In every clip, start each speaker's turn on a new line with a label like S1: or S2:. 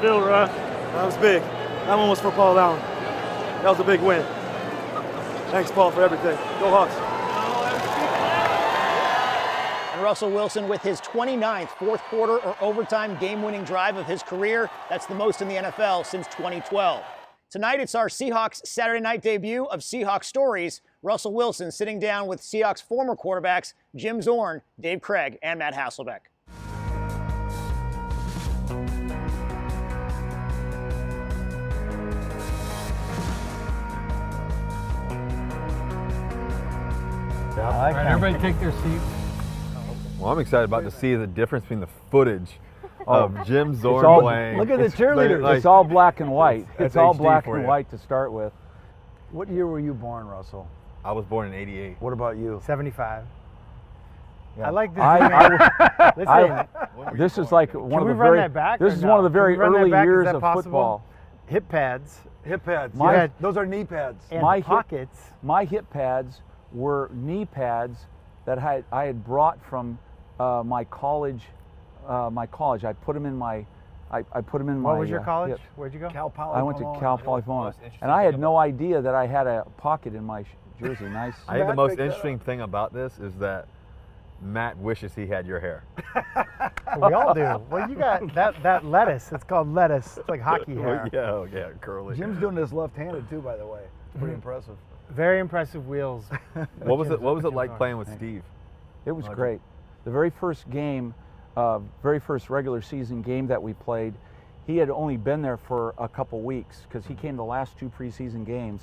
S1: feel, Russ?
S2: That was big. That one was for Paul Allen. That was a big win. Thanks, Paul, for everything. Go Hawks.
S3: And Russell Wilson with his 29th fourth quarter or overtime game winning drive of his career. That's the most in the NFL since 2012. Tonight, it's our Seahawks Saturday night debut of Seahawks Stories. Russell Wilson sitting down with Seahawks former quarterbacks Jim Zorn, Dave Craig, and Matt Hasselbeck.
S4: All right, everybody take their seats.
S5: Well, I'm excited about to see the difference between the footage of Jim Zorn
S4: Oh. It's all-
S5: playing.
S4: Look at the
S5: It's like-
S4: cheerleaders.
S5: like-
S4: it's all black and white. It's,
S5: that's
S4: all
S5: HD
S4: black
S5: E for
S4: and
S5: you.
S4: white to start with. What year were you born, Russell?
S5: I was born in '88.
S4: What about you?
S6: 75. I like this.
S4: I,
S6: game.
S4: I-
S6: Listen,
S4: I-
S5: When were you
S4: this is
S5: born?
S4: like one
S6: can
S4: of
S6: we
S4: the
S6: run
S4: very.
S6: that back?
S4: This
S6: or
S4: is
S6: no?
S4: one of the
S6: Can
S4: very
S6: we run that
S4: early
S6: back? Is
S4: years
S6: that
S4: of
S6: possible?
S4: football.
S6: Hip pads
S2: Hip pads.
S4: My-
S2: Yeah, those are knee pads.
S6: and
S4: My hip-
S6: pockets.
S4: My hip pads were knee pads that I had, I had brought from uh, my college. Uh, my college. I put them in my. I, I put them in my.
S6: What was your
S4: uh,
S6: college?
S4: hip.
S6: Where'd you go?
S2: Cal Poly.
S4: I went to
S2: Pomona.
S4: Cal
S5: know,
S4: Poly
S5: the
S4: Pomona,
S5: most interesting
S4: and I
S5: thing
S4: had
S5: about-
S4: no idea that I had a pocket in my sh- jersey. Nice.
S5: I think the
S2: Matt
S5: most
S2: picked that
S5: interesting thing about this is that Matt wishes he had your hair.
S6: we all do. Well, you got that that lettuce. It's called lettuce. It's like hockey hair.
S5: yeah, oh, yeah, curly.
S2: Jim's doing this left-handed too, by the way. It's pretty impressive.
S6: Very impressive wheels.
S5: what was it? What was it
S6: Jim's
S5: like
S6: on.
S5: playing with Steve?
S4: It was great. The very first game, uh, very first regular season game that we played, he had only been there for a couple weeks because he came the last two preseason games.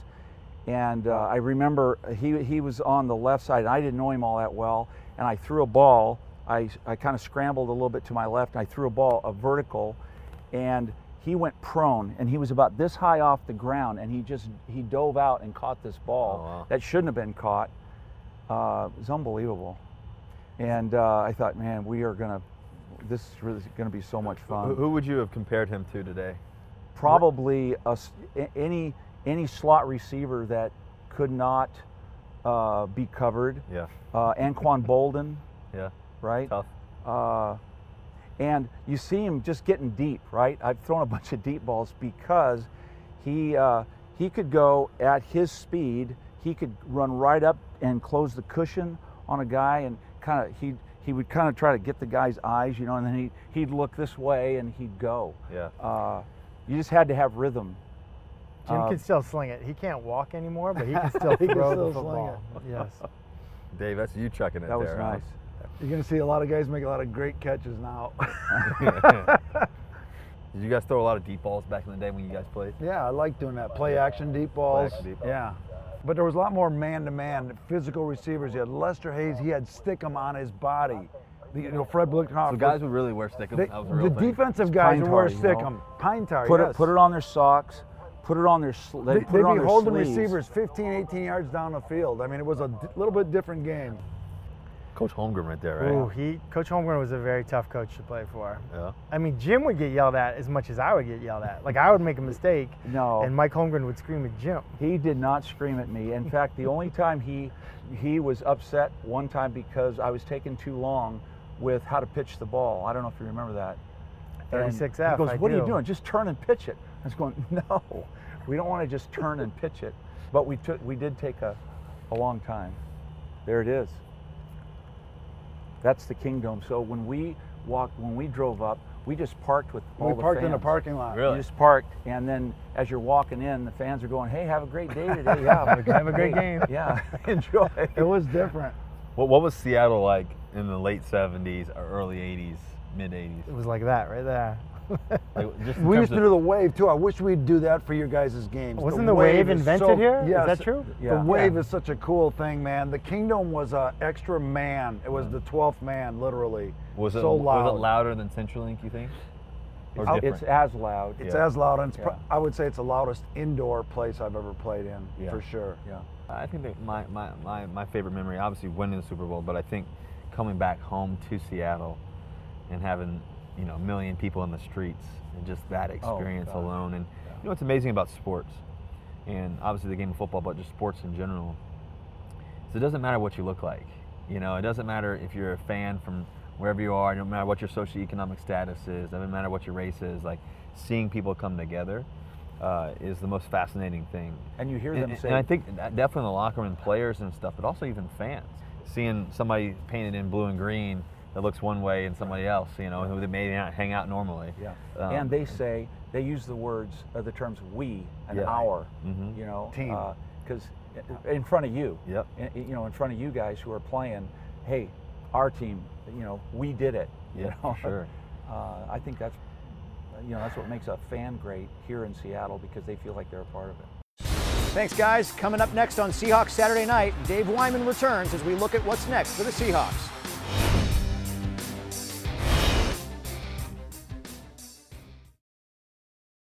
S4: And uh, I remember he, he was on the left side, and I didn't know him all that well. And I threw a ball. I, I kind of scrambled a little bit to my left, and I threw a ball, a vertical, and he went prone, and he was about this high off the ground, and he just he dove out and caught this ball
S5: Oh, wow.
S4: that shouldn't have been caught. Uh, it was unbelievable. And uh, I thought, man, we are gonna, this is really gonna be so much
S5: Who,
S4: fun.
S5: who would you have compared him to today?
S4: Probably a s- a- any any slot receiver that could not uh, be covered.
S5: Yeah,
S4: Uh, Anquan Bolden,
S5: yeah,
S4: right?
S5: tough.
S4: Uh, and you see him just getting deep, right? I've thrown a bunch of deep balls because he uh, he could go at his speed. He could run right up and close the cushion on a guy, and kind of he he would kind of try to get the guy's eyes, you know, and then he he'd look this way and he'd go.
S5: Yeah,
S4: Uh, you just had to have rhythm.
S6: Jim
S4: Um,
S6: can still sling it. He can't walk anymore, but he can still
S2: He can
S6: throw
S2: still
S6: the
S2: sling
S6: football. Yes.
S5: Dave, that's you chucking it
S4: That was
S5: there. huh?
S4: nice.
S2: You're gonna see a lot of guys make a lot of great catches now.
S5: Did you guys throw a lot of deep balls back in the day when you guys played?
S2: yeah, I like doing that. Play action deep balls.
S5: action deep balls.
S2: Yeah. But there was a lot more man-to-man physical receivers. You had Lester Hayes. He had Stickum on his body. The- you know, Fred Blicknoff.
S5: So guys would really wear stickers.
S2: They-
S5: that was a
S2: the
S5: real thing.
S2: defensive guys
S4: pine
S2: would wear
S4: tar, you know.
S2: Stickum. Pine tar.
S4: Put
S2: yes.
S4: it put it on their socks, put it on their sl-
S2: They,
S4: they'd put
S2: would
S4: it on
S2: be
S4: their
S2: holding
S4: sleeves.
S2: receivers 15, 18 yards down the field. I mean, it was a d- little bit different game.
S5: Coach Holmgren right there, right?
S6: Ooh, he Coach Holmgren was a very tough coach to play for.
S5: Yeah.
S6: I mean, Jim would get yelled at as much as I would get yelled at. Like I would make a mistake,
S4: No.
S6: and Mike Holmgren would scream at Jim.
S4: He did not scream at me. In fact, the only time he he was upset one time because I was taking too long with how to pitch the ball. I don't know if you remember that. And
S6: 36F,
S4: He goes,
S6: I
S4: "What are you
S6: do."
S4: doing? Just turn and pitch it." I was going, "No, we don't want to just turn and pitch it." But we took we did take a a long time. There it is. That's the kingdom. So when we walked, when we drove up, we just parked with all
S2: we
S4: the
S2: parked in the
S4: fans.
S2: parking lot.
S5: Really?
S4: You just parked, and then as you're walking in, the fans are going, "Hey, have a great day today. Yeah, have
S6: Have a great game."
S4: Yeah, enjoy."
S2: It was different.
S5: What, what was Seattle like in the late 70s or early 80s, mid 80s?
S6: It was like that right there.
S5: Like, just in
S2: We
S5: terms
S2: used to
S5: of-
S2: do the wave too. I wish we'd do that for your guys' games.
S6: Wasn't the wave
S2: is
S6: invented here? Is
S2: Yes.
S6: that true?
S4: Yeah.
S2: The wave is such a cool thing, man. The kingdom was an extra man. It was the 12th man, literally.
S5: was it,
S2: so loud. Oh,
S5: was it louder than CenturyLink, you think? Or
S4: It's-
S5: different?
S4: It's as loud.
S2: It's
S5: Yeah.
S2: as loud, and it's pro-
S4: Yeah.
S2: I would say it's the loudest indoor place I've ever played in,
S5: Yeah.
S2: for sure.
S4: yeah.
S5: I think that my, my, my, my favorite memory, obviously winning the Super Bowl, but I think coming back home to Seattle and having, you know, a million people in the streets and just that experience
S4: gosh.
S5: alone. And you know what's amazing about sports and obviously the game of football, but just sports in general, is it doesn't matter what you look like. You know, it doesn't matter if you're a fan from wherever you are, it doesn't matter what your socioeconomic status is, it doesn't matter what your race is, like seeing people come together uh, is the most fascinating thing.
S4: And you hear
S5: And-
S4: them
S5: and,
S4: say,
S5: and I think that definitely in the locker room, players and stuff, but also even fans, seeing somebody painted in blue and green that looks one way and somebody else, you know, who they may not hang out normally.
S4: yeah.
S5: Um,
S4: and they say they use the words, uh, the terms "we" and
S5: Yeah.
S4: "our,"
S5: Mhm.
S4: you know,
S2: Team.
S4: because in front of you,
S5: Yep.
S4: in- you know, in front of you guys who are playing, hey, our team, you know, we did it. you
S5: Yeah, for
S4: know?
S5: sure.
S4: Uh, I think that's, you know, that's what makes a fan great here in Seattle because they feel like they're a part of it.
S3: Thanks, guys. Coming up next on Seahawks Saturday night, Dave Wyman returns as we look at what's next for the Seahawks.